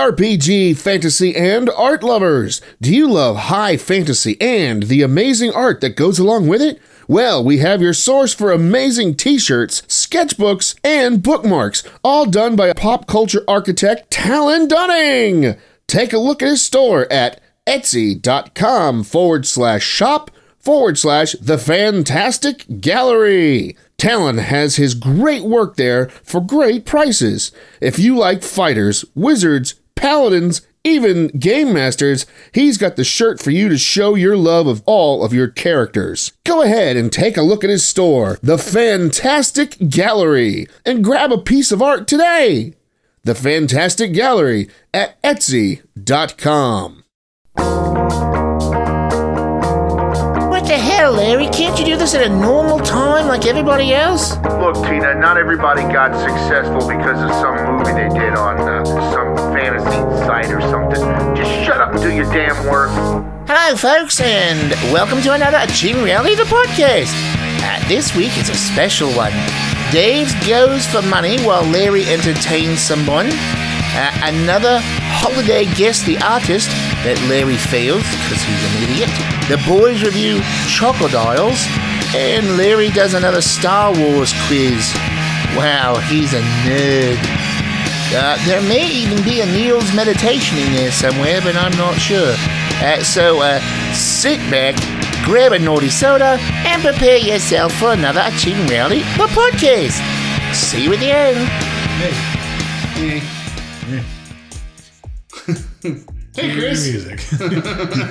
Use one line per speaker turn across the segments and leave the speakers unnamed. JRPG, fantasy, and art lovers. Do you love high fantasy and the amazing art that goes along with it? Well, we have your source for amazing t shirts, sketchbooks, and bookmarks, all done by pop culture architect Talon Dunning. Take a look at his store at etsy.com forward slash shop forward slash the fantastic gallery. Talon has his great work there for great prices. If you like fighters, wizards, paladins, even game masters, he's got the shirt for you to show your love of all of your characters. Go ahead and take a look at his store, The Fantastic Gallery, and grab a piece of art today. The Fantastic Gallery at Etsy.com.
What the hell, Larry? Can't you do this at a normal time like everybody else?
Look, Tina, not everybody got successful because of some movie they did on uh, some fantasy site or something. Just shut up and do your damn work.
Hello, folks, and welcome to another Achieving Reality the podcast. Uh, this week is a special one. Dave goes for money while Larry entertains someone. Uh, another holiday guest, the artist that Larry fails because he's an idiot. The boys review Chocodiles, and Larry does another Star Wars quiz. Wow, he's a nerd. Uh, there may even be a Neil's meditation in there somewhere, but I'm not sure. Uh, so uh, sit back, grab a naughty soda, and prepare yourself for another Achieving Reality the podcast. See you at the end.
Hey, Chris.
music.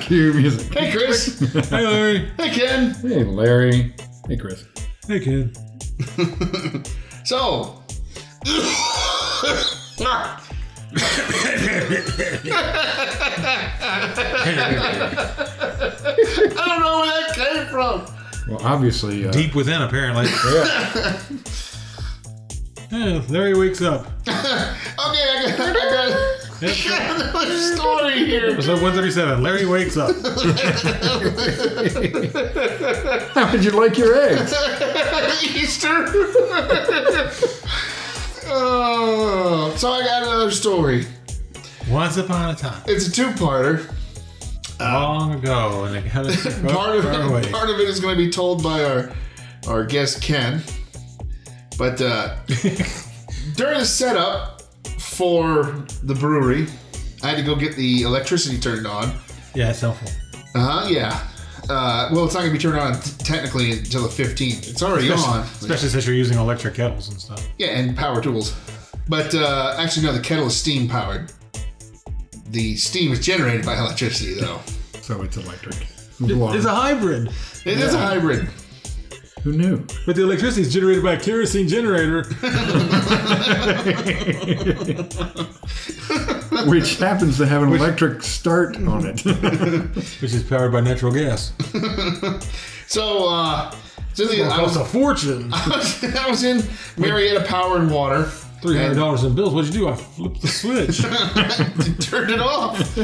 Cue music.
Hey, Chris.
Hey Larry.
Hey, Ken.
Hey Larry. Hey Chris. Hey kid.
So. I don't know where that came from.
Well, obviously. Uh,
Deep within, apparently.
Yeah.
Yeah, Larry wakes up.
Okay, I got, I got another story here.
Episode 137. Larry wakes up.
How would you like your eggs?
Easter. oh, so I got another story.
Once upon a time,
It's a two-parter.
long ago, and it kind of
part of
far away.
it, part of it is going to be told by our our guest Ken. But uh, during the setup for the brewery, I had to go get the electricity turned on.
Yeah, it's helpful.
Uh huh. Yeah. Uh, well, it's not going to be turned on t- technically until the 15th. It's already
Especially,
on.
especially since you're using electric kettles and stuff.
Yeah, and power tools. But uh, actually, no, the kettle is steam powered. The steam is generated by electricity, though.
So it's electric.
It's a hybrid,
It is a hybrid.
Who knew?
but the electricity is generated by a kerosene generator.
Which happens to have an electric start on it.
Which is powered by natural gas.
So, uh, so the, I, was,
Costs a fortune.
I was in Marietta Power and Water.
Three hundred dollars in bills. What'd you do? I flipped the switch.
turned it off.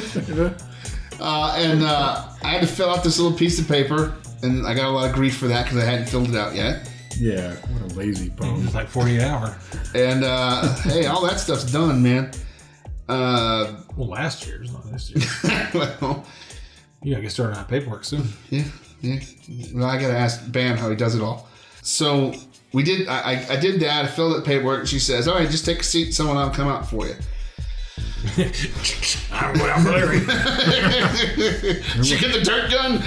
Uh, and uh, I had to fill out this little piece of paper, and I got a lot of grief for that because I hadn't filled it out yet.
yeah. What a lazy bone.
it's like forty an hour.
And uh, hey, all that stuff's done, man. Uh,
Well, last year's not this year.
well,
You gotta get started on paperwork soon.
yeah, yeah. Well, I gotta ask Bam how he does it all. So we did. I, I, I did that. I filled out the paperwork. And she says, "All right, just take a seat. Someone will come out for you."
I'm I'm Larry.
She get the dirt gun.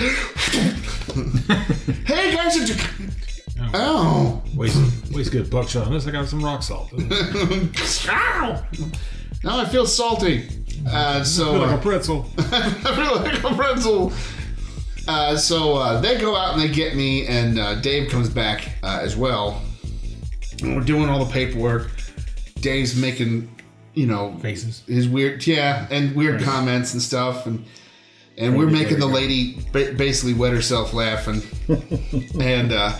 hey guys, did you- oh.
Waste, waste good buckshot on this. I got some rock salt. It's
Ow! Now I feel salty. Uh, so
like a
uh,
pretzel.
I feel like a pretzel. Uh, so uh, they go out and they get me, and uh, Dave comes back uh, as well. And we're doing all the paperwork. Dave's making, you know,
Faces.
his weird, yeah, and weird comments and stuff, and and we're making the lady ba- basically wet herself laughing, and uh,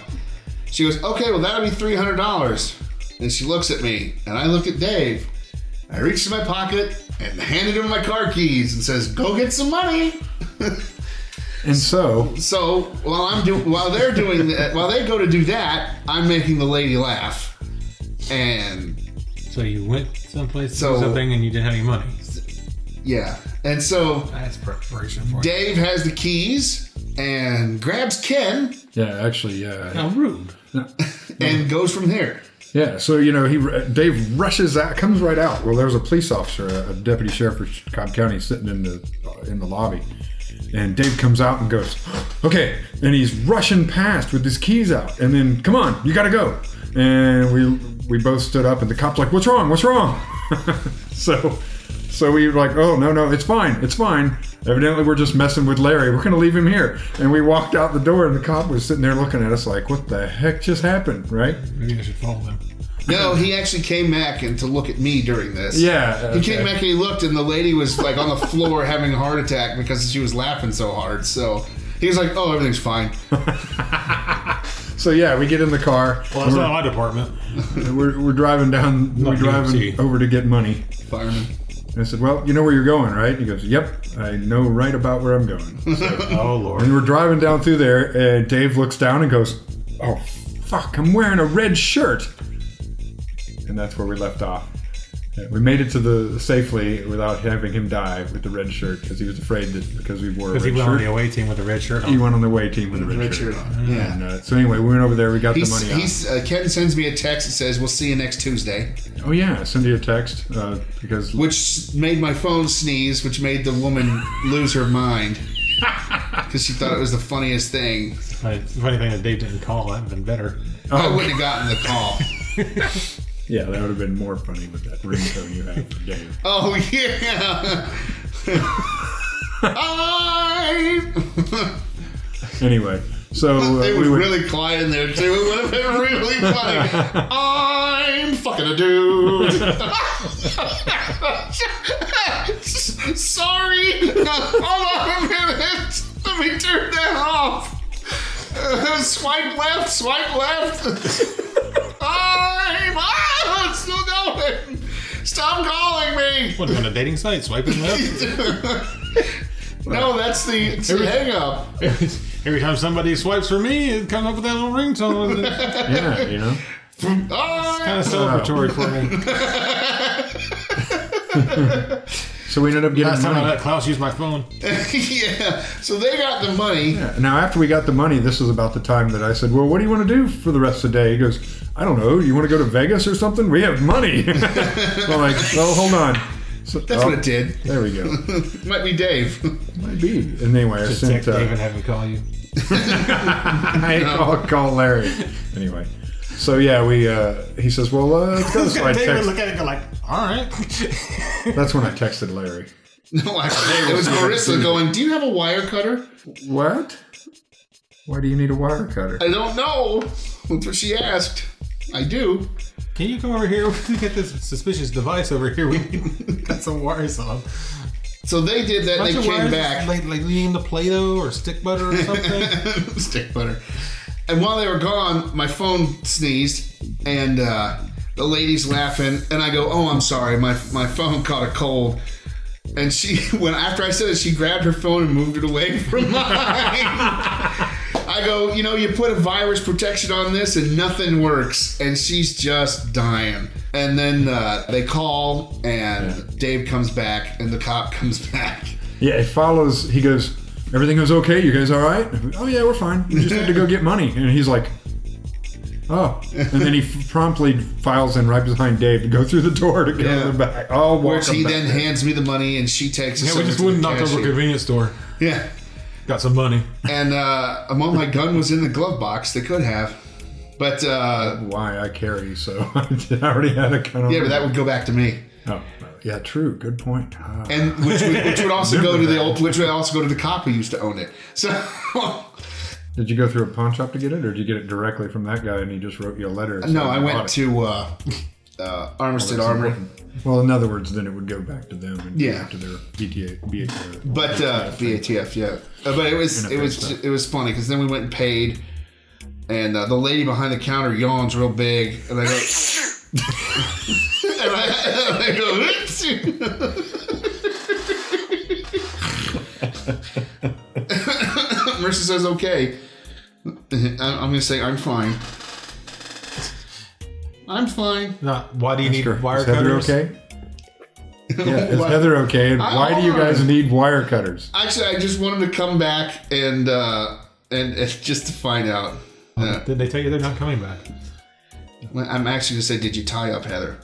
she goes, "Okay, well that'll be three hundred dollars," and she looks at me, and I look at Dave. I reached in my pocket and handed him my car keys and says, "Go get some money."
And so,
So while I'm doing, while they're doing, that, while they go to do that, I'm making the lady laugh, and
So you went someplace to
So-
do something and you didn't have any money.
Yeah. And so
That's preparation for it.
Dave has the keys and grabs Ken
Yeah, actually, uh, yeah.
How rude.
and goes from there.
Yeah, so, you know, he Dave rushes out, comes right out. Well, there's a police officer, a deputy sheriff for Cobb County sitting in the, uh, in the lobby. And Dave comes out and goes, okay. And he's rushing past with his keys out. And then, come on, you got to go. And we we both stood up, and the cop's like, what's wrong? What's wrong? so so we were like, oh, no, no, it's fine. It's fine. Evidently, we're just messing with Larry. We're going to leave him here. And we walked out the door, and the cop was sitting there looking at us like, what the heck just happened, right?
Maybe I should follow them.
No, he actually came back and to look at me during this.
Yeah.
He
okay.
came back and he looked, and the lady was like on the floor having a heart attack because she was laughing so hard. So he was like, "Oh, everything's fine."
So yeah, we get in the car.
Well, that's
we're,
not my department.
we're, we're driving down. We're
Not DMT.
driving over to get money.
Fireman.
And I said, "Well, you know where you're going, right?" He goes, "Yep, I know right about where I'm going."
Oh, Lord.
and we're driving down through there, and Dave looks down and goes, "Oh, fuck! I'm wearing a red shirt." And that's where we left off. Yeah, We made it to the safely without having him die with the red shirt because he was afraid that because we wore a red
Because he went on the
shirt.
away team with a red shirt
He
on.
went on the way team with a red,
Red
shirt.
shirt on. Yeah.
And, uh, so anyway, we went over there. We got
He's,
the money. out.
he's uh, Ken sends me a text that says, "We'll see you next Tuesday,"
Oh yeah, send you a text uh, because
which made my phone sneeze, which made the woman lose her mind because she thought it was the funniest thing.
Funny, funny thing that Dave didn't call. That would have been better.
Oh.
I wouldn't have gotten the call.
yeah, that would have been more funny with that ringtone you had for Dave.
Oh yeah. Ah! I.
Anyway, so uh,
It was
we went-
really quiet in there too. It would have been really funny. I'm fucking a dude. Sorry. Hold on a minute. Let me turn that off. Uh, swipe left. Swipe left. I'm. Ah, it's still going. Stop calling me.
Would have been a dating site, swiping left.
No, that's the, it's the hang up.
Every time somebody swipes for me, it comes up with that little ringtone. It's
yeah, you know.
kind of celebratory for me.
So we ended up getting
Last time I
money.
let Klaus use my phone.
yeah. So they got the money.
Yeah, Now after we got the money, this is about the time that I said, "Well, what do you want to do for the rest of the day?" He goes, "I don't know. You want to go to Vegas or something? We have money." so I'm like, "Well, hold on." So,
That's
oh,
what it did.
There we go.
Might be Dave.
Might be. And anyway, I
Just text
sent.
Dave
Uh,
and have him call you.
I call, call Larry. Anyway, so yeah, we. Uh, he says, "Well, uh, let's go." So I
Dave would
text.
look at it and go like, all right.
That's when I texted Larry.
No, actually, it was Marissa going, Do you have a wire cutter?
What? Why do you need a wire cutter?
I don't know. That's what she asked. I do.
Can you come over here? We got this suspicious device over here. We got some wires on.
So they did that.
Bunch
they
of
came
wires,
back.
like like leading to Play-Doh or stick butter or something.
Stick butter. And while they were gone, my phone sneezed, and uh, the lady's laughing. And I go, "Oh, I'm sorry. My my phone caught a cold." And she, when after I said it, she grabbed her phone and moved it away from mine. I go, you know, you put a virus protection on this and nothing works. And she's just dying. And then uh, they call, and Dave comes back, and the cop comes back.
Yeah, it follows. He goes, everything was okay. You guys all right? Oh yeah, we're fine. We just had to go get money. And he's like, oh. And then he f- promptly files in right behind Dave to go through the door to go
Yeah.
to the back. Oh,
Which
welcome
he
back.
then hands me the money, and she takes. us
yeah, we
over
just
to
went and
the
knocked over a
cashier.
convenience store.
Yeah.
Got some money.
and uh, well, my gun was in the glove box. They could have, but uh,
Why I carry? So I already had a kind of.
yeah, but that would go back to me,
Oh, yeah, true. Good point. Ah.
and which would, which would also go to
Remember
the
that.
old, which would also go to the cop who used to own it. So
did you go through a pawn shop to get it, or did you get it directly from that guy and he just wrote you a letter?
no, I
Bought
went
it?
to uh, uh, Armistead
That's
Armory.
important. Well, in other words, then it would go back to them and
Yeah.
back to their BTA. BTA
But uh, VATF, yeah. Uh, but it was it was it was funny because then we went and paid, and uh, the lady behind the counter yawns real big, and I go, and I, and I go, Marissa says okay. I'm I'm gonna say I'm fine. I'm fine.
Not why do you need
Sure.
wire
Is Heather
cutters?
okay? Yeah, is Heather okay? And
I
why do you
are.
guys need wire cutters?
Actually, I just wanted to come back and uh, and, and just to find out. Uh,
Did they tell you they're not coming back?
I'm actually just say, did you tie up Heather?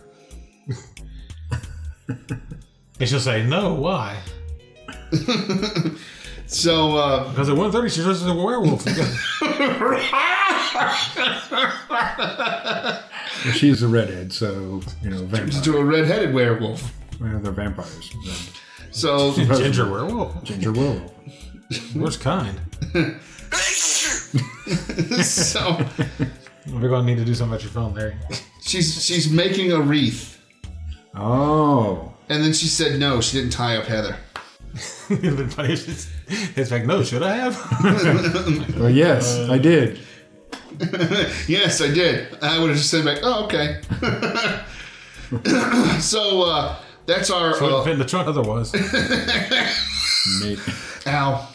And she'll say, no, why?
So uh,
Because at 1.30, she's dressed as a werewolf.
She's a redhead, so you know vampires.
to a red-headed werewolf.
Well, they're vampires.
So
Ginger werewolf.
Ginger werewolf.
Worst kind.
so
We're going to need to do something about your phone, Larry.
she's she's making a wreath,
Oh,
and then she said no, she didn't tie up Heather.
It'd have been funny if she's, it's like, no, should I have?
well, yes, I did.
Yes, I did. I would have just said back, oh okay. so uh, that's our
Put
uh,
it in the trunk otherwise.
Mate.
ow.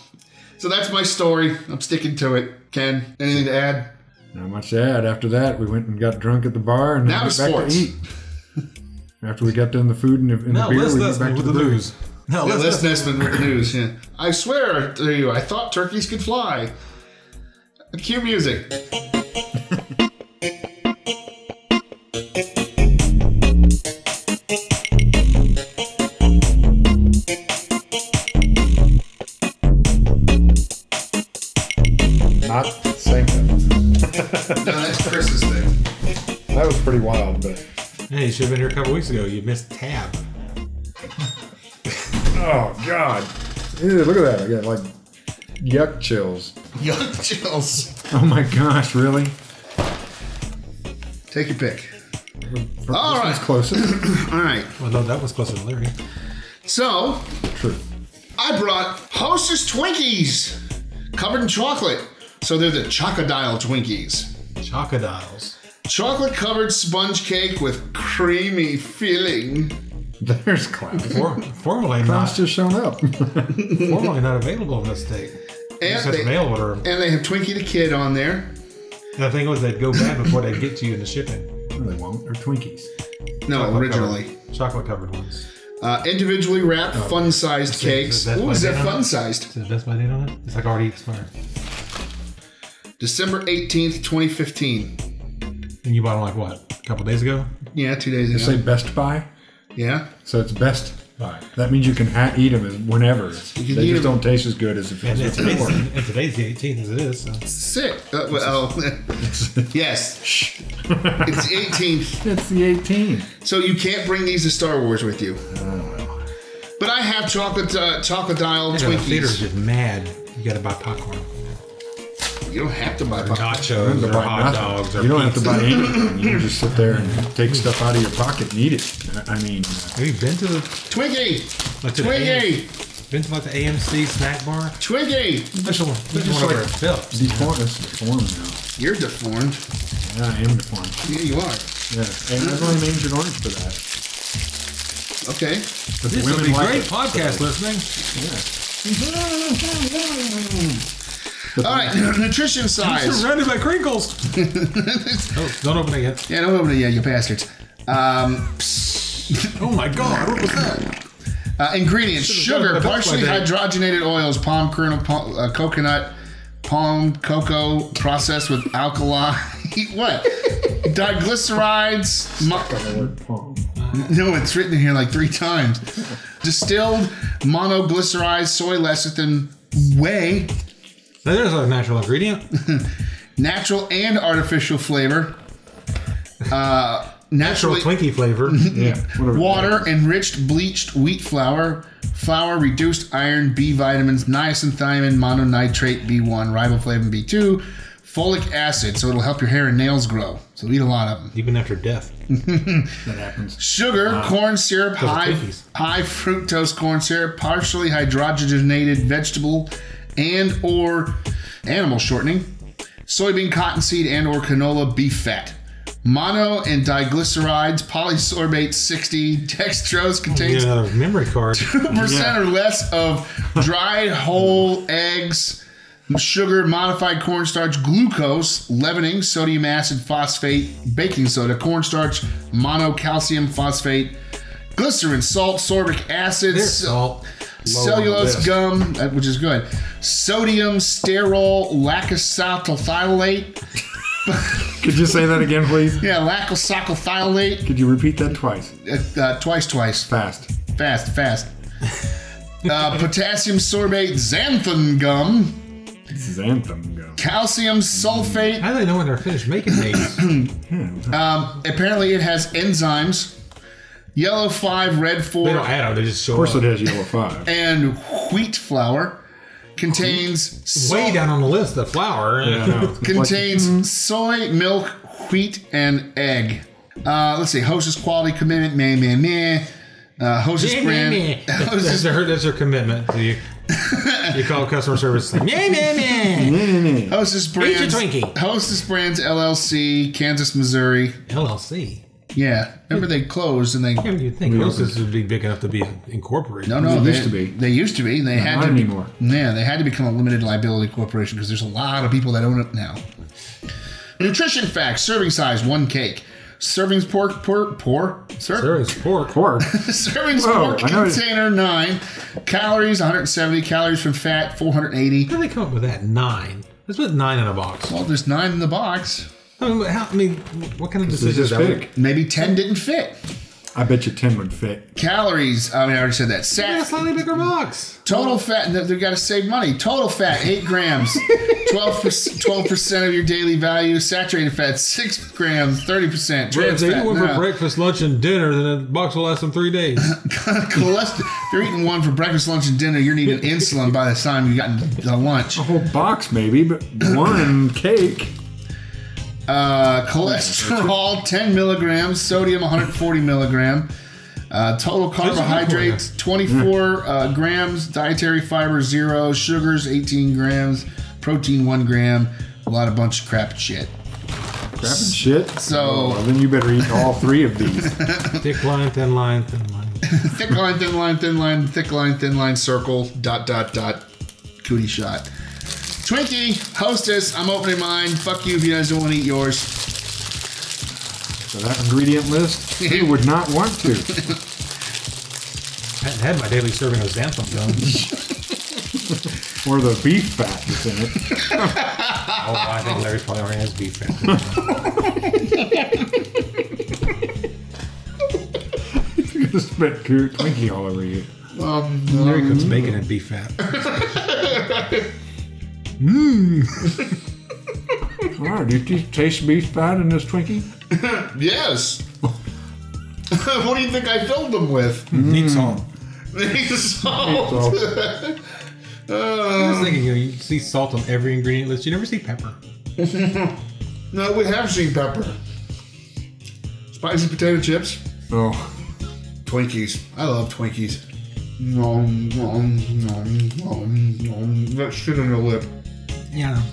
So that's my story. I'm sticking to it. Ken, anything to add?
Not much to add. After that, we went and got drunk at the bar, and then
Now
went
it's
back
sports.
to eat. After we got done the food and the, and
No,
the beer,
let's
we went
that's
back to
with the
the brewery.
news. No,
Yeah,
let's
Les Nesman with the news. Yeah. I swear to you, I thought turkeys could fly. Cue music.
Not the same
No,
thing.
that's Chris's thing.
That was pretty wild, but
Hey, you should have been here a couple weeks ago. You missed tab.
oh god, Ew, look at that! I got like yuck chills.
Young chills.
Oh my gosh, really?
Take your pick.
All
All
right,
right.
closest.
All right.
Well, no, that was closer to Larry.
So
True.
I brought Hostess Twinkies covered in chocolate. So they're the Chocodile Twinkies.
Chocodiles.
Chocolate covered sponge cake with creamy filling.
There's Klaus.
For, formerly
Klaus
not
just shown up.
formerly not available in this state. You just
And
had to
they,
mail order 'em.
and they have Twinkie the Kid on there.
The thing was, they'd go bad before they'd get to you in the shipping.
no, they won't. They're Twinkies.
No, originally.
Chocolate covered ones.
Uh, individually wrapped, fun-sized cakes.
Oh, that's
What
my
was that
banana?
fun-sized?
Is it best by date on it? It's like already expired.
December 18th, 2015.
And you bought them like what? A couple days ago?
Yeah, two days ago.
Say Best Buy.
yeah.
So it's Best Buy. That means you can ha- eat them whenever.
can
they
eat
just
'em.
don't taste as good as if
And
it's
today's, and today's the 18th as it is. So.
Sick. Uh, well, yes. It's 18th.
It's the 18.
So you can't bring these to Star Wars with you. But I have chocolate uh, chocolate dial
Yeah, the theater's
Twinkies.
just mad. You gotta buy popcorn.
You don't have to buy popcorn.
Nachos or hot dogs or
you don't have to buy anything. You can just sit there and take stuff out of your pocket and eat it. I I mean, uh,
Have you been to the
Twinkie!
like to the AM
Twinkie!
been to like the AMC snack bar?
Twinkie!
Which one? Which
just
one over
like-
at Phillips?
deformed. That's deformed
You're deformed.
now. Yeah, I am deformed.
Yeah, you are.
Yeah, and I've only named it orange for that.
Okay.
But
This would
women
be
like
great
it.
podcast listening.
All right. Nutrition
I'm
size.
surrounded by crinkles. oh, don't open it yet.
Yeah, don't open it yet, you bastards. Um,
Oh my god, what was that?
Uh, ingredients: sugar,
done that
partially
by then.
hydrogenated oils, palm kernel, palm, uh, coconut, palm cocoa, processed with alkali. what? Diglycerides. Mo- no, it's written in here like three times. Distilled monoglycerized soy lecithin, whey,
Now, there's a natural ingredient.
natural and artificial flavor. Uh,
Natural
naturally
Twinkie flavor.
Yeah, whatever.
Water, enriched bleached wheat flour, flour, reduced iron, B vitamins, niacin, thiamine, mononitrate, B1, riboflavin, B2, folic acid, so it'll help your hair and nails grow. So eat a lot of them.
Even after death.
That happens.
Sugar, corn syrup,
Ah. are
high,
cookies.
high fructose corn syrup, partially hydrogenated vegetable and or animal shortening, soybean, cottonseed, and or canola beef fat. Mono and diglycerides, polysorbate 60, dextrose
Get
contains
another memory card.
percent or less of dried whole eggs, sugar, modified cornstarch, glucose, leavening, sodium acid phosphate, baking soda, cornstarch, monocalcium phosphate, glycerin, salt, sorbic acid,
There's
ce-
salt. low on the
cellulose
list.
gum, uh, which is good, sodium, sterol, lacosacrylate.
Could you say that again, please?
Yeah, lacosacrylate.
Could you repeat that twice?
Uh, uh, twice, twice.
Fast.
Fast, fast. Uh, potassium sorbate, xanthan gum,
This is anthem go.
calcium sulfate.
How do they know when they're finished making these?
Apparently, it has enzymes. Yellow five, red
they
four,
don't add them. They just show
Of course
up.
it has yellow five.
and wheat flour contains
Way
salt,
down on the list, the flour.
contains soy, milk, wheat, and egg. Uh, let's see, Hostess quality commitment, meh meh meh. Uh, Hostess brand,
That's, that's,
Hostess,
their, that's their commitment to you. You call customer service. Meh, meh, meh.
Hostess brands,
Twinkie.
Hostess brands LLC, Kansas, Missouri.
LLC.
Yeah, remember they closed and they
Yeah, you'd think Roses would be big enough to be incorporated.
no no
Oh, They
they
used to be.
they used to be they had
not
to
anymore.
yeah they had to become a limited liability corporation because there's a lot of people that own it now. Nutrition facts: serving size one cake. Servings pork pork poor Ser-
There is pork.
Pork.
servings
Whoa,
pork
I know it-
container nine calories 170 calories from fat 480.
How did they come up with that? Nine. Let's put nine in a box.
Well, there's nine in the box.
I mean, how, I mean what kind of
This
decision is
is
that?
big.
Maybe ten didn't fit.
I bet you ten would fit.
Calories. I mean, I already said that.
Yeah, a
Sat,
slightly bigger box.
Total fat, and they've got to save money. Total fat, 8 grams, 12 percent of your daily value. Saturated fat, 6 grams, 30%.
If
Trans
they
fat,
eat one for
no.
breakfast, lunch, and dinner, then the box will last them three days.
Cholesterol, if you're eating one for breakfast, lunch, and dinner, you're needing insulin by the time you got to lunch.
Whole box maybe, but one cake.
Uh, cholesterol, 10 milligrams. Sodium, 140 milligram. Uh, total carbohydrates, 24 uh, grams. Dietary fiber, 0. Sugars, 18 grams. Protein, 1 gram. A lot of bunch of crap shit.
Crap and shit.
So-
well, then you better eat all three of these.
Thick line, thin line, thin line.
thick line, thin line, thin line, thick line, thin line, circle, dot, dot, dot, cootie shot. Twinkie, hostess, I'm opening mine. Fuck you if you guys don't want to eat yours.
So that ingredient list, you would not want to.
I hadn't had my daily serving of xanthan gum.
Or the beef fat that's in it.
oh, I think Larry's probably already has beef fat.
You just spit coo- Twinkie all over you.
Larry cooks bacon and beef fat.
Wow, do you taste beef fat in this Twinkie?
Yes. what do you think I filled them with?
Neat salt.
Salt.
I
So,
was thinking, you, know, you see salt on every ingredient list. You never see pepper.
No, we have seen pepper. Spicy potato chips.
oh,
Twinkies. I love Twinkies. Nom, nom, nom, nom, nom. That shit on your lip.
Yeah.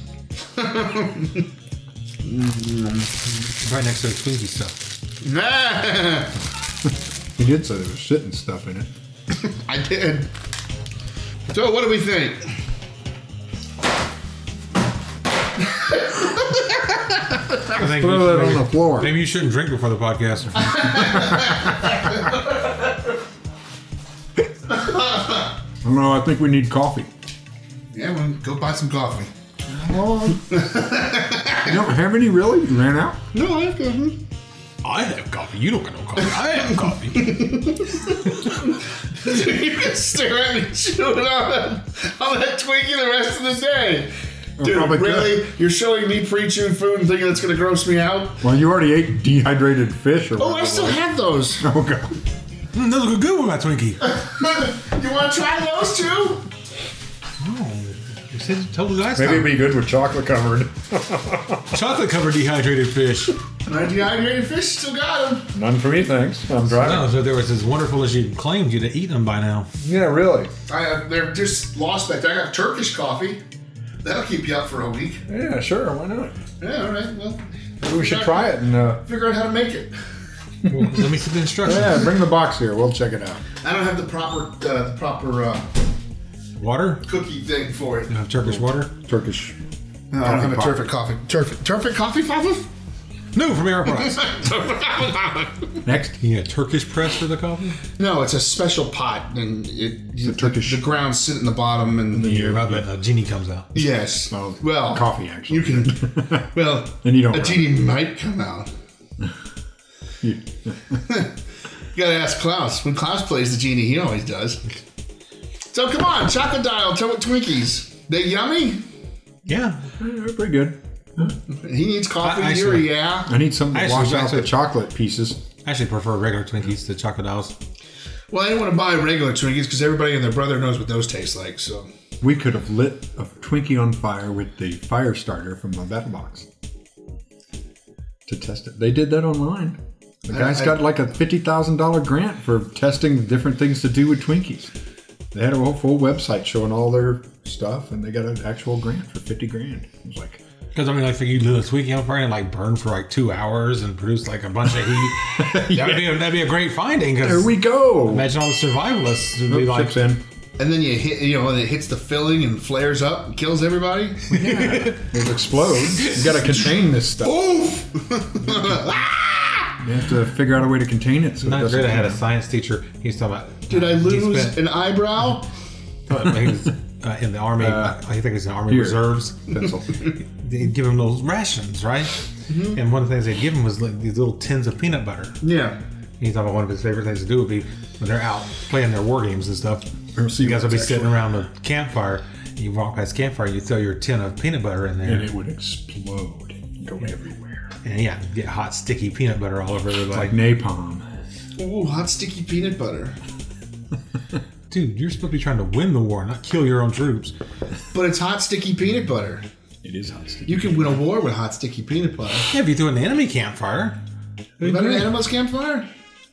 Mm-hmm. right next to the Twinkie stuff.
Nah,
you did say there was shit and stuff in it.
I did. So, what do we think?
I think
Throw that on the floor.
Maybe you shouldn't drink before the podcast.
No, I think we need coffee.
Yeah, well, go buy some coffee.
Well, uh, you don't have any really? You ran out?
No, I have coffee.
I have coffee. You don't get no coffee. I have coffee. Mm,
you can stare at me chewing on that, on that Twinkie the rest of the day. Dude,
probably could.
really? You're showing me pre-chewed food and thinking that's gonna gross me out?
Well, you already ate dehydrated fish or
Oh, I still have those.
Oh, God.
mm, those look good with my Twinkie.
you want to try those too?
Oh, You said you told me last
Maybe it'd
time.
be good with chocolate covered.
Chocolate covered dehydrated fish.
My dehydrated fish still got them.
None for me, thanks. I'm driving.
No, so there was as wonderful as you claimed you'd have eaten them by now.
Yeah, really.
I have, they're just lost back there. I got Turkish coffee. That'll keep you up for a week.
Yeah, sure. Why not?
Yeah, all right. Well,
Maybe we should try it and uh,
figure out how to make it.
Let me see the instructions.
yeah, bring the box here. We'll check it out.
I don't have the proper uh, the proper uh,
Water?
cookie thing for it.
You have Turkish water?
Turkish.
I don't have a
Coffee pot.
terrific coffee. Terrific, terrific coffee, Papa?
No, from Aeropress.
Next.
you need a Turkish press for the coffee?
No, it's a special pot, and it, the,
Turkish-
the grounds sit in the bottom, and
You hear about that? A genie comes out.
yes,
Well,
well,
uh, coffee, actually.
You can, well,
And you don't
a
run.
genie might come out.
You-
You gotta ask Klaus. When Klaus plays the genie, he always does. So come on, Chocodile, tell what Twinkies. They yummy?
Yeah.
They're pretty good.
He needs coffee.
I- I
You're
see.
yeah.
I need something to
Actually,
wash out
actually-
the chocolate pieces.
I actually prefer regular Twinkies to Chocodiles.
Well, I didn't want to buy regular Twinkies because everybody and their brother knows what those taste like. So
We could have lit a Twinkie on fire with the fire starter from my battle box to test it. They did that online. The guy's
I-
got like a fifty thousand dollar grant for testing different things to do with Twinkies. They had a whole full website showing all their stuff, and they got an actual grant for fifty grand. It was like,
Because, I mean, like, if you do a Twinkie on fire and, like, burn for, like, two hours and produce, like, a bunch of heat, that'd, be a, that'd be a great finding.
there
Because
we go.
imagine all the survivalists would be
Oops,
like,
chips in.
and then you hit, you know, and it hits the filling and flares up, and kills everybody.
It explodes. You got to contain this stuff. You have to figure out a way to contain it so it
not
doesn't.
great. I had a science teacher. He's talking about. uh,
Did I
he
lose
spent-
an eyebrow?
he was uh, in the army.
Uh,
I think he was in the army
here.
reserves.
pencil.
They give him those rations, right? And one of the things they give him was like these little tins of peanut butter.
Yeah.
He thought about one of his favorite things to do would be when they're out playing their war games and stuff.
Or
You guys will be
sequence,
sitting
actually.
around the campfire. and You walk past campfire, you throw your tin of peanut butter in there,
and it would explode, and go everywhere,
and yeah, get hot sticky peanut butter all over everybody.
like napalm.
Ooh, hot sticky peanut butter.
Dude, you're supposed to be trying to win the war, not kill your own troops.
But it's hot sticky peanut butter.
It is hot sticky.
You can win a war with hot sticky peanut butter.
Yeah, if you throw an enemy campfire,
Is that an animal's campfire?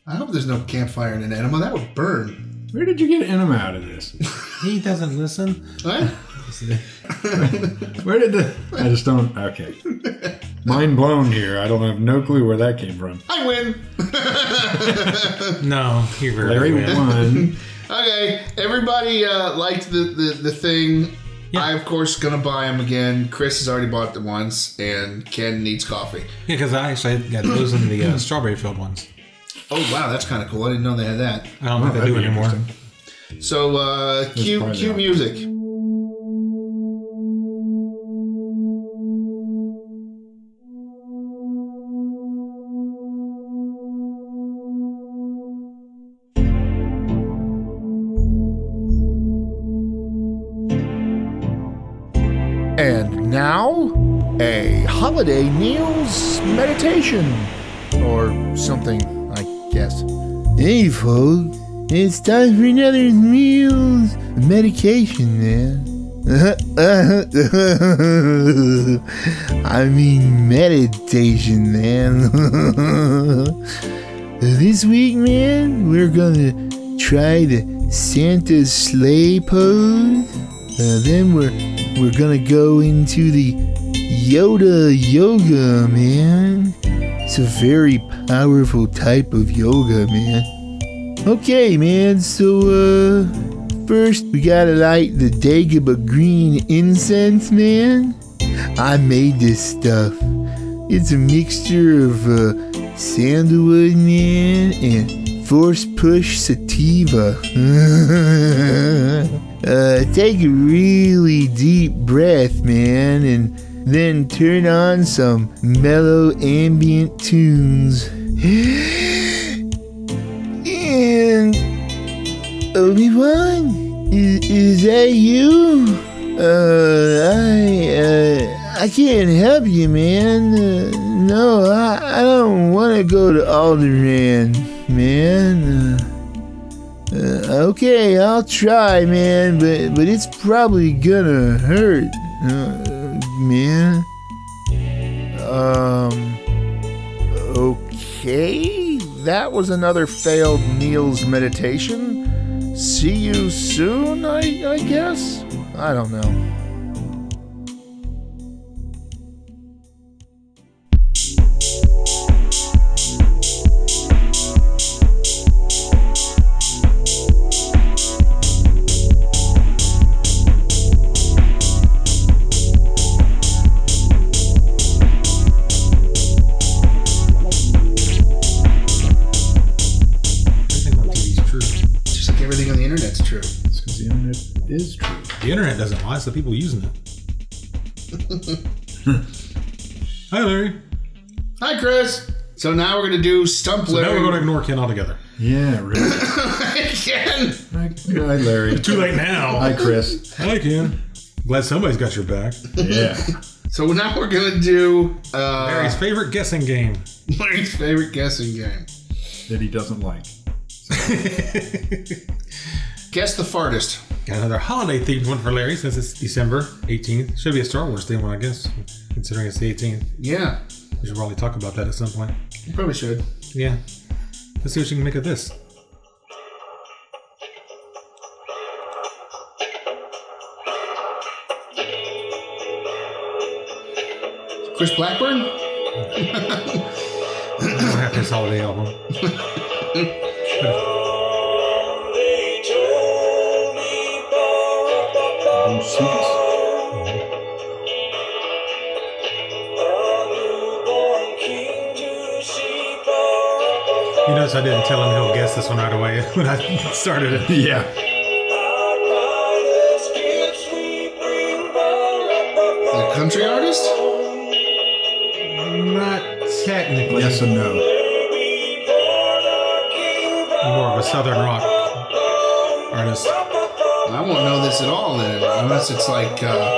I hope there's no campfire in an animal. That would burn.
Where did you get enema out of this?
he doesn't listen.
What?
Where did the? I just don't. Okay, mind blown here. I don't have no clue where that came from.
I win.
No, he very
Larry
well.
won.
Okay, everybody uh, liked the, the, the thing.
Yeah.
I, of course, gonna buy them again. Chris has already bought them once, and Ken needs coffee.
Yeah, because I actually got those in
Hmm.
the uh, strawberry filled ones.
Oh, wow, that's kind of cool. I didn't know they had that.
I don't think they
Oh, that'd
do
be
anymore.
interesting.
So, uh, cue,
probably
cue
not.
music.
And now, a holiday meals meditation. Or something, I guess.
Hey, folks, it's time for another meals medication, man. I mean meditation, man. this week, man, we're gonna try the Santa sleigh pose. Uh, then we're we're gonna go into the Yoda yoga, man. It's a very powerful type of yoga, man. Okay, man, so, uh, first we gotta light the Dagobah Green incense, man. I made this stuff. It's a mixture of, uh, sandalwood, man, and force push sativa. uh, take a really deep breath, man, and then turn on some mellow ambient tunes. And Obi Wan, is, is that you? Uh, I uh, I can't help you, man. Uh, no, I, I don't want to go to Alderaan, man. Uh, uh, okay, I'll try, man, but but it's probably gonna hurt, uh, man.
Um. Okay, that was another failed Niels meditation. See you soon, I, I guess? I don't know.
because the internet is true.
The internet doesn't lie, it's the people using it. Hi, Larry.
Hi, Chris. So now we're gonna do stump
So now
Larry
we're going to ignore Ken altogether.
Yeah, really.
again.
Hi, hi, Larry.
Too late now.
Hi, Chris.
Hi, Ken. Glad somebody's got your back.
Yeah.
So now we're gonna do uh,
Larry's favorite guessing game.
Larry's favorite guessing game.
That he doesn't like.
Guess the fartest.
Got another holiday themed one for Larry since it's December 18th. Should be a Star Wars themed one, I guess, considering it's the 18th.
Yeah,
We should probably talk about that at some point.
you probably should.
Yeah. Let's see what you can make of this.
Chris Blackburn.
I don't have his holiday album.
Blue Seas.
You notice I didn't tell him he'll guess this one right away when I started it.
Yeah.
The country artist?
Not technically.
Yes and no.
More of a southern rock artist.
I won't know this at all then, unless it's like uh,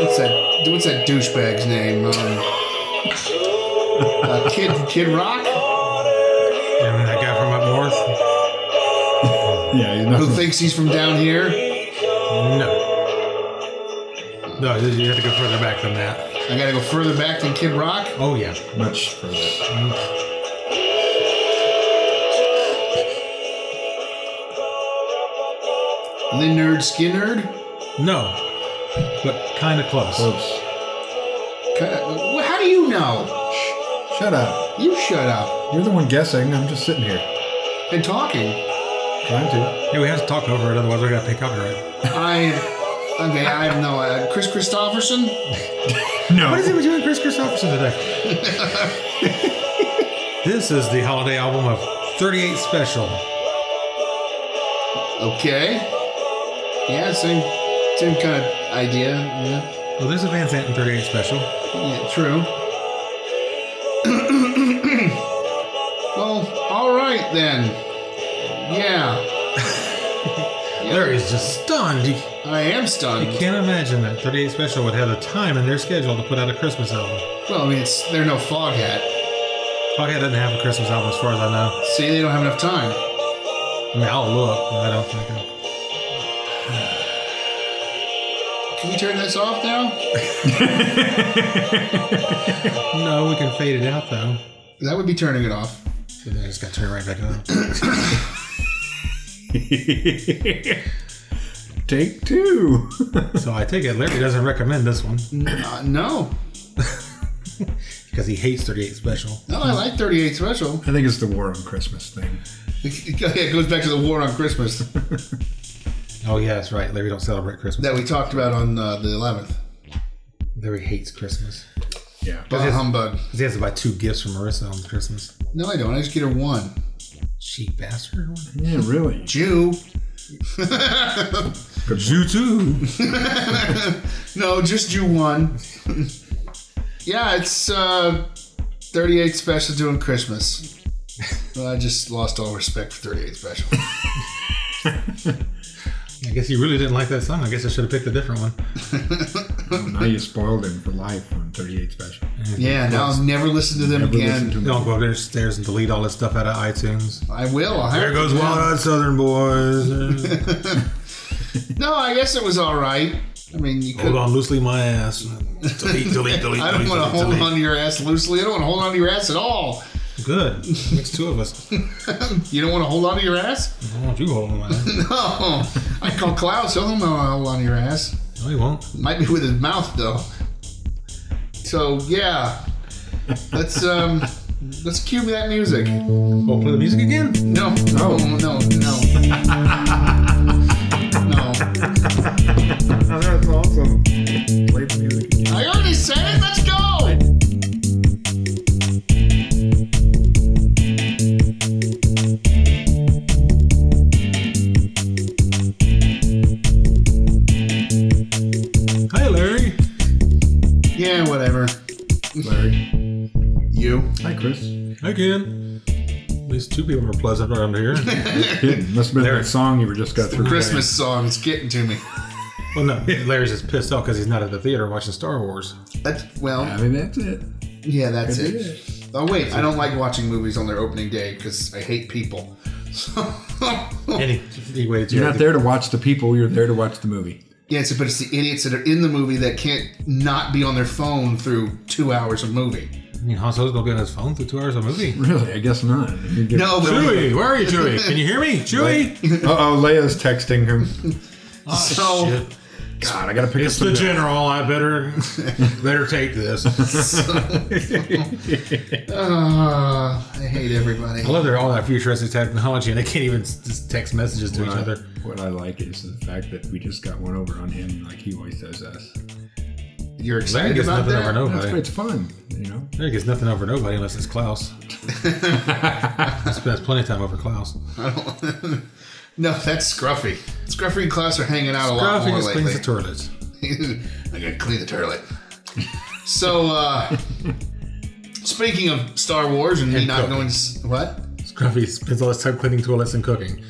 what's that? What's that douchebag's name? Um, uh, Kid Kid Rock,
Yeah, I mean, that guy from up north?
Yeah, he's
who
not.
thinks he's from down here.
No. No, you have to go further back than that.
I gotta go further back than Kid Rock.
Oh, yeah.
much for that.
Lynyrd Skynyrd.
No. But kind of close.
Close.
Kinda- wh- Uh, How do you know?
Shh. Shut up.
You shut up
You're the one guessing. I'm just sitting here
and talking.
trying to.
Hey, we have to talk over it, otherwise we're going to pay copyright.
I okay. I have no. Uh, Chris Christopherson.
What is
No.
it with you and Chris Christopherson today? this is the holiday album of 38 Special.
Okay. Yeah, same same kind of idea. Yeah,
Well, Oh, there's a Van Zant in 38 Special.
yeah true. well, all right then. Yeah,
Larry is just stunned. He,
I am
he
stunned.
can't imagine that 38 Special would have the time in their schedule to put out a Christmas album.
Well, I mean, it's they're no fog hat.
Foghat doesn't have a Christmas album as far as I know.
See, they don't have enough time.
I mean, I'll look, but I don't think I...
Can you turn this off now?
No, we can fade it out though.
That would be turning it off.
But then I just got to turn it right back on.
Take two.
so I take it Larry doesn't recommend this one
Uh, no,
because he hates 38 Special.
no, I like 38 Special.
I think it's the war on Christmas thing.
it goes back to the war on Christmas
Oh yeah, that's right. Larry don't celebrate Christmas.
that we talked about on uh, the 11th.
Larry hates Christmas
Yeah.
Bah humbug.
because he has to buy two gifts for Marissa on Christmas.
No, I don't. I just get her one.
Cheap bastard.
Yeah, really.
Jew.
You too.
No, just you one. yeah, it's uh, 38 Special doing Christmas. Well, I just lost all respect for 38 Special.
I guess he really didn't like that song. I guess I should have picked a different one.
Now you spoiled him for life on 38 Special.
yeah, now I'll never listen to them
Never
again.
listened to him.
Don't go up there stairs and delete all this stuff out of iTunes.
I will. I
There goes Wild Eyed Southern Boys.
No, I guess it was all right. I mean, you could.
hold on loosely my ass. Delete, delete, delete, delete.
I don't want to
delete,
hold
delete.
on to your ass loosely. I don't want to hold on to your ass at all.
Good. Makes two of us.
You don't want to hold on to your ass?
I want you holding my ass.
No. I call Klaus. He'll know how to hold on to your ass.
No, he won't.
Might be with his mouth though. So yeah, let's um, let's cue that music.
We'll Oh, play the music again.
No, no, no, no, no.
That's awesome. Play the music.
I already said it. Let's go. Yeah, whatever.
Larry.
You?
Hi, Chris.
Again. At least two people are pleasant around here.
Kidding. Must have been
Larry.
that song you were just got through.
Christmas songs getting to me.
well, no, Larry's just pissed off because he's not at the theater watching Star Wars.
That's, well,
I mean, that's it.
yeah, that's it. Oh wait, I don't like watching movies on their opening day because I hate people. yeah,
Any anyway,
You're not there to watch the people. You're there to watch the movie.
it's, but it's the idiots that are in the movie that can't not be on their phone through two hours of movie.
I mean, Han Solo's gonna be on his phone for two hours of a movie.
Really? I guess not. You get-
No, but
Chewie, where are you, Chewie? Can you hear me, Chewie?
Uh oh, Leia's texting him.
Oh,
So-
shit.
God, I gotta pick
it's
up
the
some.
general. I better better take this.
uh, I hate everybody.
I love their all that futuristic technology, and they can't even s- just text messages to each
what, I,
other.
what I like is the fact that we just got one over on him, like he always does us.
You're
Larry
excited
gets
about
nothing
that?
over
That's
nobody.
why it's fun, you know.
Larry gets nothing over nobody unless it's Klaus. I spends plenty of time over Klaus.
No, that's Scruffy. Scruffy and Klaus are hanging out a lot
Scruffy
more
just
lately.
cleans the toilets.
I gotta clean the toilet. so, uh, speaking of Star Wars and me
And
not
cooking.
going, s- what?
Scruffy spends all his time cleaning toilets and cooking.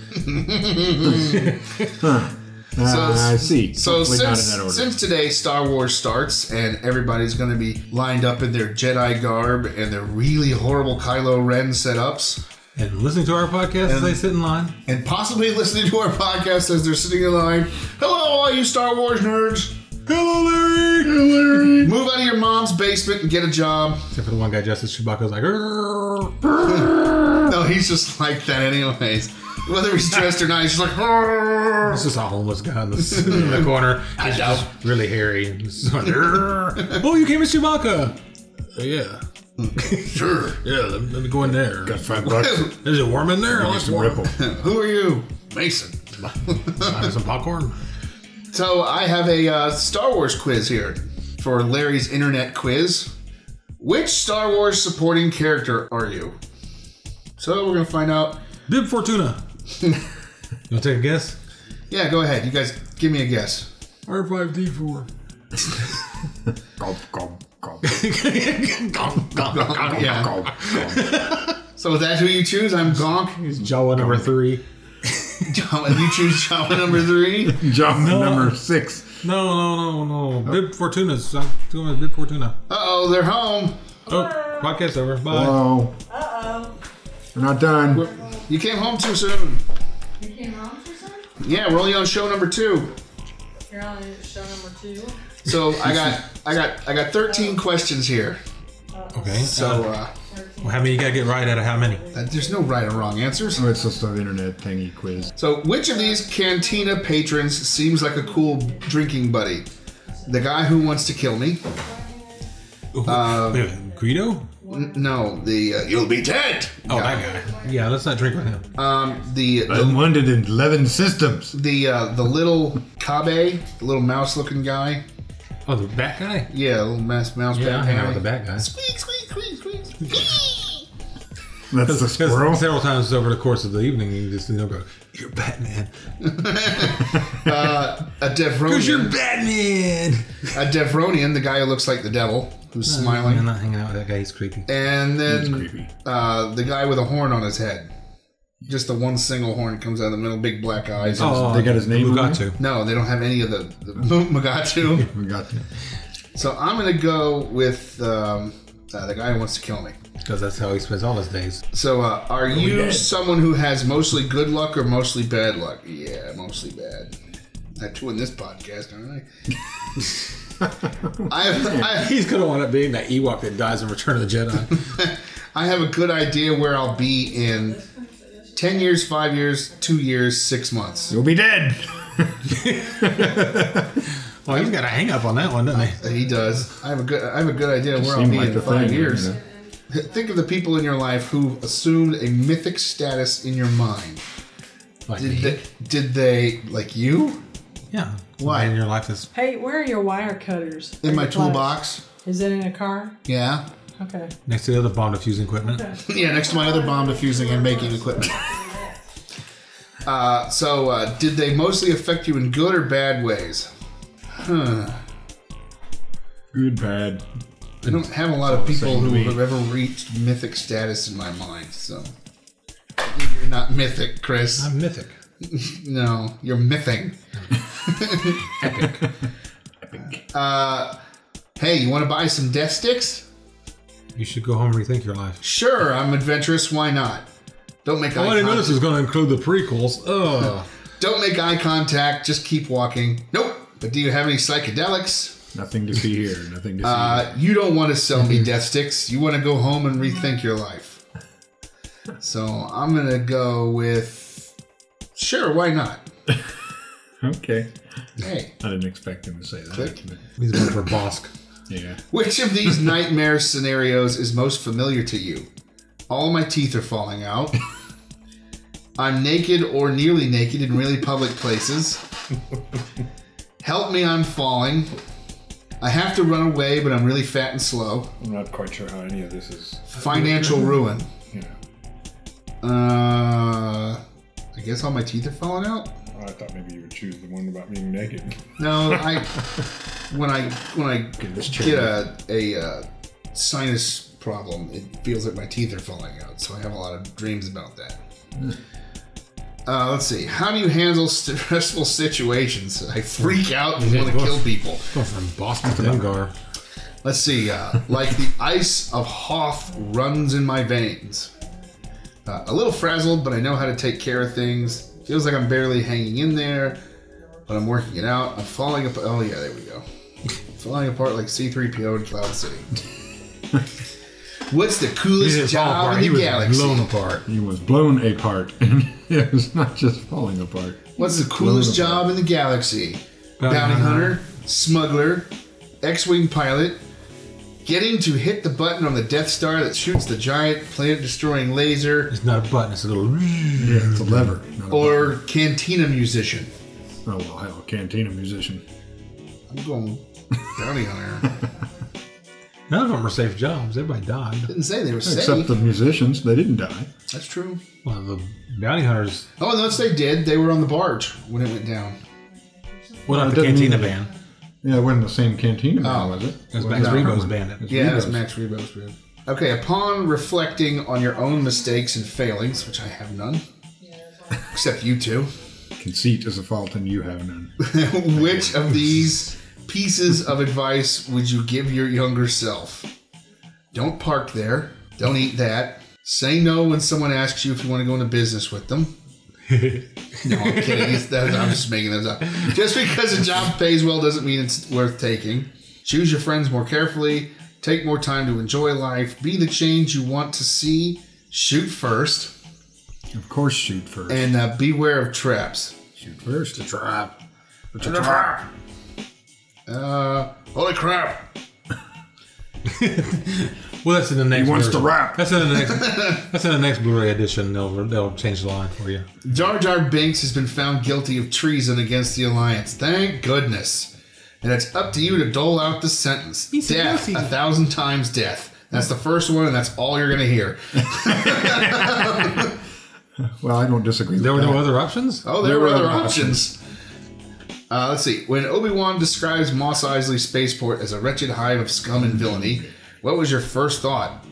Ah, I see.
So
Hopefully not in
since,
that order.
since today Star Wars starts and everybody's going to be lined up in their Jedi garb and their really horrible Kylo Ren setups,
And listening to our podcast as they sit in line.
and possibly listening to our podcast as they're sitting in line. Hello, all you Star Wars nerds!
Hello, Larry. Hello, Larry.
Move out of your mom's basement and get a job.
Except for the one guy, Justice Chewbacca's like, "Arr."
No, he's just like that, anyways. Whether he's dressed or not, he's just like. "Arr."
It's just a homeless guy in the, in the corner. He's just really hairy. He's like, "Arr." oh, you came as Chewbacca. "Oh, yeah.
Sure.
Yeah, let me, let me go in there.
five bucks,
Is it warm in there? I want
just
some warm.
ripple.
Who are you? Mason.
Have some popcorn.
So I have a uh, Star Wars quiz here for Larry's internet quiz. Which Star Wars supporting character are you? So we're gonna find out.
Bib Fortuna. you want to take a guess?
Yeah, go ahead. You guys, give me a guess.
R5D4.
Gulp, gulp, gulp,
Gonk, yeah.
gulp, gulp.
So is that who you choose? I'm Gonk.
Jawa number three.
Jawa- you choose Jawa number three.
Job number six.
No, no, no, no. Bib Fortuna's. I'm doing Bib Fortuna.
Uh oh, they're home.
Oh, podcast over. Bye.
Hello. Uh oh. We're not done.
You came home too soon.
You came home for some?
Yeah, we're only on show number two.
You're on show number two.
So I got, I got, I got 13 questions here.
Okay.
So uh,
Well, how many you gotta get right out of how many?
there's no right or wrong answers.
Oh, it's just an internet thingy quiz.
So, which of these cantina patrons seems like a cool drinking buddy? The guy who wants to kill me?
Wait a minute, Greedo?
N- no, the uh, you'll be dead.
Oh, that guy. Yeah, let's not drink with him.
Um, the the
Unwanted in 11 systems.
the, uh, the little cabe, the little mouse-looking guy.
oh, the bat guy?
Yeah, the little mouse mouse.
Yeah, I'm
bad
hanging out
guy.
with the bat guy.
Squeak, squeak, squeak, squeak, squeak.
That's the squirrel.
Because several times over the course of the evening, you just you know go, "You're Batman,
a
because you're
Devronian,
Batman."
a Devronian, the guy who looks like the devil, who's
I'm
smiling,
Oh, not hanging out with that guy. He's creepy.
and then
creepy.
uh, the guy with a horn on his head. Just the one single horn comes out of the middle, big black eyes.
Oh,
they got his name on
Mugatu.
No, they don't have any of the, the Mugatu.
We got that.
so I'm going to go with um, uh, the guy who wants to kill me.
because that's how he spends all his days.
So uh, are you someone who has mostly good luck or mostly bad luck? Yeah, mostly bad. I two in this podcast, aren't I? I, have, I,
He's gonna wind up being that Ewok that dies in Return of the Jedi.
I have a good idea where I'll be in 10 years, 5 years, 2 years, 6 months.
You'll be dead.
well, he's got a hang up on that one, doesn't he?
He does. I have a good I have a good idea where I'll
Seemed
be
like
in
the
5
thing,
years.
you know.
Think of the people in your life who assumed a mythic status in your mind.
Like,
Did they, did they like you
yeah. Why in your life is
Hey, where are your wire cutters?
in
Or
my
your pliers?
toolbox?
Is it in a car?
Yeah.
Okay.
next to the other bomb defusing equipment?
Yeah, next to my other bomb diffusing and making equipment. Uh, so, uh, did they mostly affect you in good or bad ways? Huh.
Good, bad.
I don't have a lot of people
same
who
week.
have ever reached mythic status in my mind, so. You're not mythic, Chris.
I'm mythic.
No, you're mything. Epic. Uh, hey, you want to buy some death sticks?
You should go home and rethink your life.
Sure, I'm adventurous. Why not? Don't make
Oh, I
eye
didn't know this was
contact.
going to include the prequels. Ugh.
Don't make eye contact. Just keep walking. Nope. But do you have any psychedelics?
Nothing to see here. Nothing to see.
Uh, you don't want to sell me death sticks. You want to go home and rethink your life. So I'm gonna go with. Sure, why not?
here. Okay.
Hey,
I didn't expect him to say that.
Click.
but
He's going for Bosk.
yeah.
Which of these nightmare scenarios is most familiar to you? All my teeth are falling out. I'm naked or nearly naked in really public places. Help me, I'm falling. I have to run away, but I'm really fat and slow.
I'm not quite sure how any of this is.
Financial ruin.
You know,
Uh, I guess all my teeth are falling out.
I thought maybe you would choose the one about being naked.
No, I when I when I
this chair.
get a a uh, sinus problem, it feels like my teeth are falling out. So I have a lot of dreams about that. Uh, let's see. How do you handle stressful situations? I freak out and want to kill people.
Go from Bosk to Dengar.
Let's see. Uh, like the ice of Hoth runs in my veins. Uh, a little frazzled, but I know how to take care of things. Feels like I'm barely hanging in there, but I'm working it out. I'm falling apart. Oh, yeah, there we go. falling apart like C3PO in Cloud City. What's the
He
coolest
didn't fall
job
apart.
in
He
the
was
galaxy?
blown apart.
He was blown apart, and it was not just falling apart.
What's the coolest
Blown
job
apart.
in the galaxy?
Bounty
Bounty
hunter.
hunter, smuggler, X-wing pilot, getting to hit the button on the Death Star that shoots the giant planet-destroying laser,
It's not a button. It's a little.
Yeah, it's a lever. not a
or cantina musician.
button. oh well, hell, cantina musician.
I'm going bounty hunter.
None of them are safe jobs. Everybody died.
Didn't say they were
Except
safe.
the musicians, they didn't die.
That's true.
Well, the bounty hunters.
Oh, and once they did, they were on the barge when it went down.
What
it
about the
doesn't
Cantina
mean-
band?
Yeah, it wasn't the same cantina, man,
Oh.
was it?
It was Max
No.
Rebo's band. That
Yeah, that's
Rebo's.
Max Rebo's rib. Okay, upon reflecting on your own mistakes and failings, which I have none, except you two.
Conceit is a fault, and you have none.
Which of these pieces of advice would you give your younger self? Don't park there. Don't eat that. Say no when someone asks you if you want to go into business with them. no, I'm kidding. It's- that- I'm just making those up. Just because a job pays well doesn't mean it's worth taking. Choose your friends more carefully. Take more time to enjoy life. Be the change you want to see. Shoot first.
Of course, shoot first.
And uh, beware of traps.
shoot first. The trap. It's a
Uh, holy crap.
Well, that's in the next.
wants
version.
to rap.
That's in the next. that's in the next Blu-ray edition. They'll they'll change the line for you.
Jar Jar Binks has been found guilty of treason against the Alliance. Thank goodness. And it's up to you to dole out the sentence. death, a thousand times death. That's the first one, and that's all you're going to hear.
Well, I don't disagree.
There were
with
no
that.
other options.
Oh, there, were other options. Uh, let's see. When Obi Wan describes Moss Eisley Spaceport as a wretched hive of scum and villainy, what was your first thought?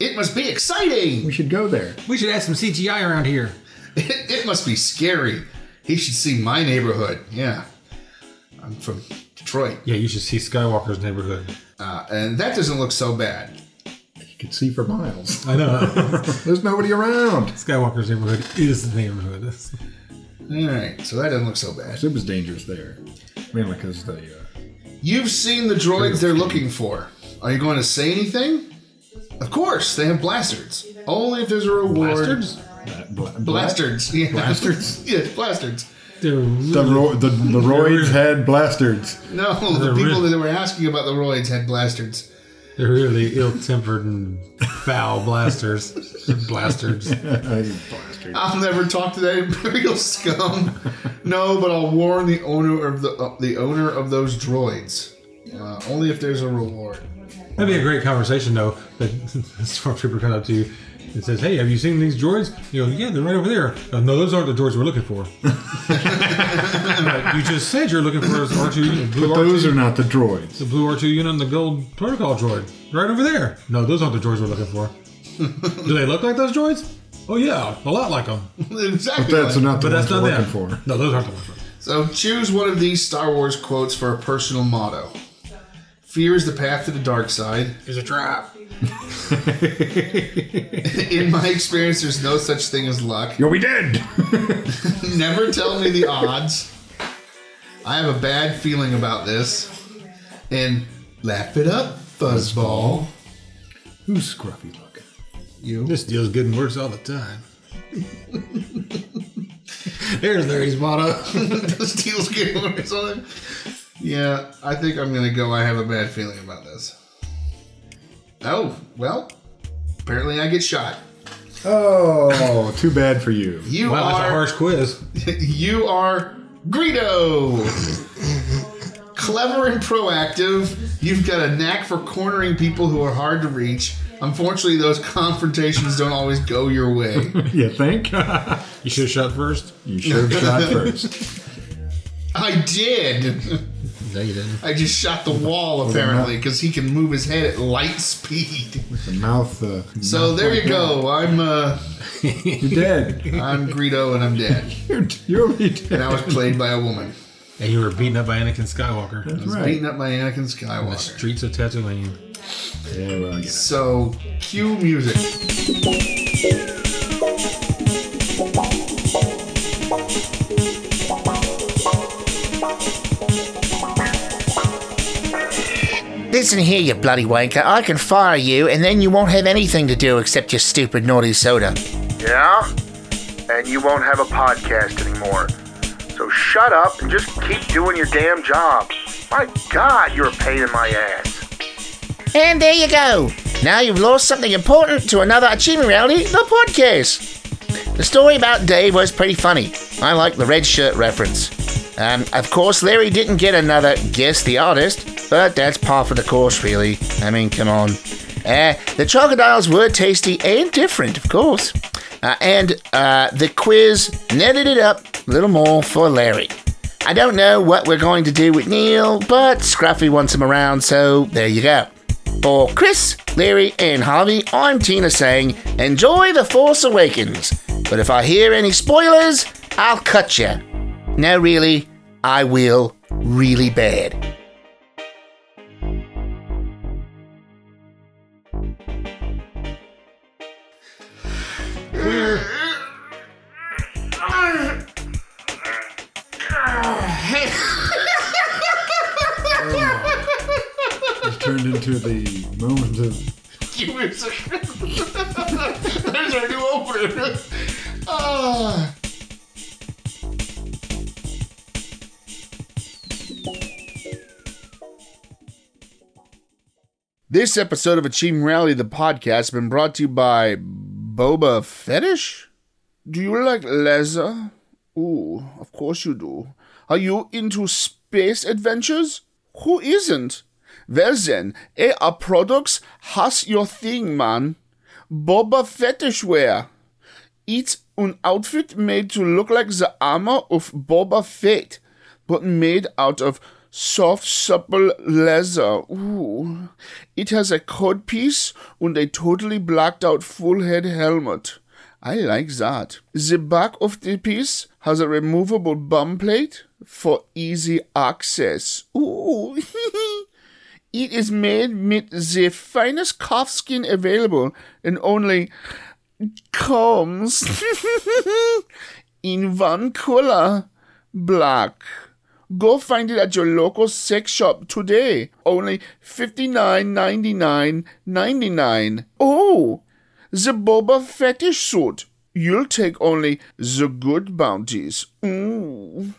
It must be exciting!
We should go there.
We should add some CGI around here.
It, it must be scary. He should see my neighborhood. Yeah. I'm from Detroit.
Yeah, you should see Skywalker's neighborhood.
Uh, and that doesn't look so bad.
You could see for miles.
I know.
There's nobody around.
Skywalker's neighborhood is the neighborhood.
All right, so that doesn't look so bad.
It was dangerous there, mainly because the uh,
You've seen the droids they're looking for. Are you going to say anything? Of course, they have blasters. Only if there's a reward.
Bastards.
that bla-
Blasters. Yeah.
Blasters?
yes, blasters.
They're
The,
really,
ro- the, the roids had blasters.
No, the
They're
people
really-
that were asking about the roids had blasters.
they're really ill-tempered and foul blasters. blasters.
blasters.
I'll never talk to that imperial scum. No, but I'll warn the owner of the uh, the owner of those droids. Uh, only if there's a reward.
That'd be a great conversation, though. That the stormtrooper comes up to you. and says, "Hey, have you seen these droids?" You go, "Yeah, they're right over there." "Uh, no, those aren't the droids we're looking for. Like, you just said you're looking for R two, blue
But
R
those
two,
are not the droids.
the blue R two unit, and the gold protocol droid, right over there. No, those aren't the droids we're looking for. Do they look like those droids? Oh yeah, a lot like them,
exactly.
That's
like-
not the
but that's not
ones we're
them.
looking for.
No, those aren't the ones. we're-
So choose one of these Star Wars quotes for a personal motto. Fear is the path to the dark side.
It's a trap.
In my experience, there's no such thing as luck.
You'll be dead.
Never tell me the odds. I have a bad feeling about this. And laugh it up, fuzzball.
Who's scruffy looking?
This deal's getting worse all the time. There's Larry's motto.
Those deals get or something. Yeah, I think I'm gonna go. I have a bad feeling about this. Oh well, apparently I get shot.
Oh, too bad for you.
You
Wow, that's a
are
harsh quiz.
you are Greedo. Clever and proactive. You've got a knack for cornering people who are hard to reach. Unfortunately, those confrontations don't always go your way.
You think?
You should have shot first.
you should have shot first.
I did.
No, you didn't.
I just shot the wall apparently because he can move his head at light speed.
The mouth. Uh,
So there you go. I'm uh,
You're dead.
I'm Greedo and I'm dead.
You're, you'll be
And I
dead.
was played by a woman.
And you were beaten up by Anakin Skywalker.
I was
Right.
beating up my Anakin
The
Skywalker.
streets of Tatooine.
Yeah, well, yeah.
So cue music.
Listen here, you bloody wanker. I can fire you, and then you won't have anything to do except your stupid naughty soda.
Yeah? And you won't have a podcast anymore. So shut up and just keep doing your damn job. My God, you're a pain in my ass.
And there you go. Now you've lost something important to another Achievement Reality, the podcast. The story about Dave was pretty funny. I like the red shirt reference. Um, of course, Larry didn't get another Guess the Artist, but that's par for the course, really. I mean, come on. Uh, the crocodiles were tasty and different, of course. Uh, and uh, the quiz netted it up a little more for Larry. I don't know what we're going to do with Neil, but Scruffy wants him around, so there you go. For Chris, Larry, and Harvey, I'm Tina saying, enjoy The Force Awakens. But if I hear any spoilers, I'll cut you. No, really, I will really bad.
It's turned into the moment of.
Cue music. There's our new opener. Ah.
This episode of Achievement Rally, the podcast, has been brought to you by Boba Fetish? Do you like leather? Ooh, of course you do. Are you into space adventures? Who isn't? Well then, AR Products has your thing, man. Boba Fetish wear. It's an outfit made to look like the armor of Boba Fett, but made out of soft, supple leather. Ooh. It has a cod piece and a totally blacked out full head helmet. I like that. The back of the piece has a removable bum plate for easy access. Ooh. It is made with the finest calf skin available and only comes in one color black. Go find it at your local sex shop today. Only fifty nine ninety nine ninety nine. Oh, the Boba Mm. fetish suit. You'll take only the good bounties. Ooh.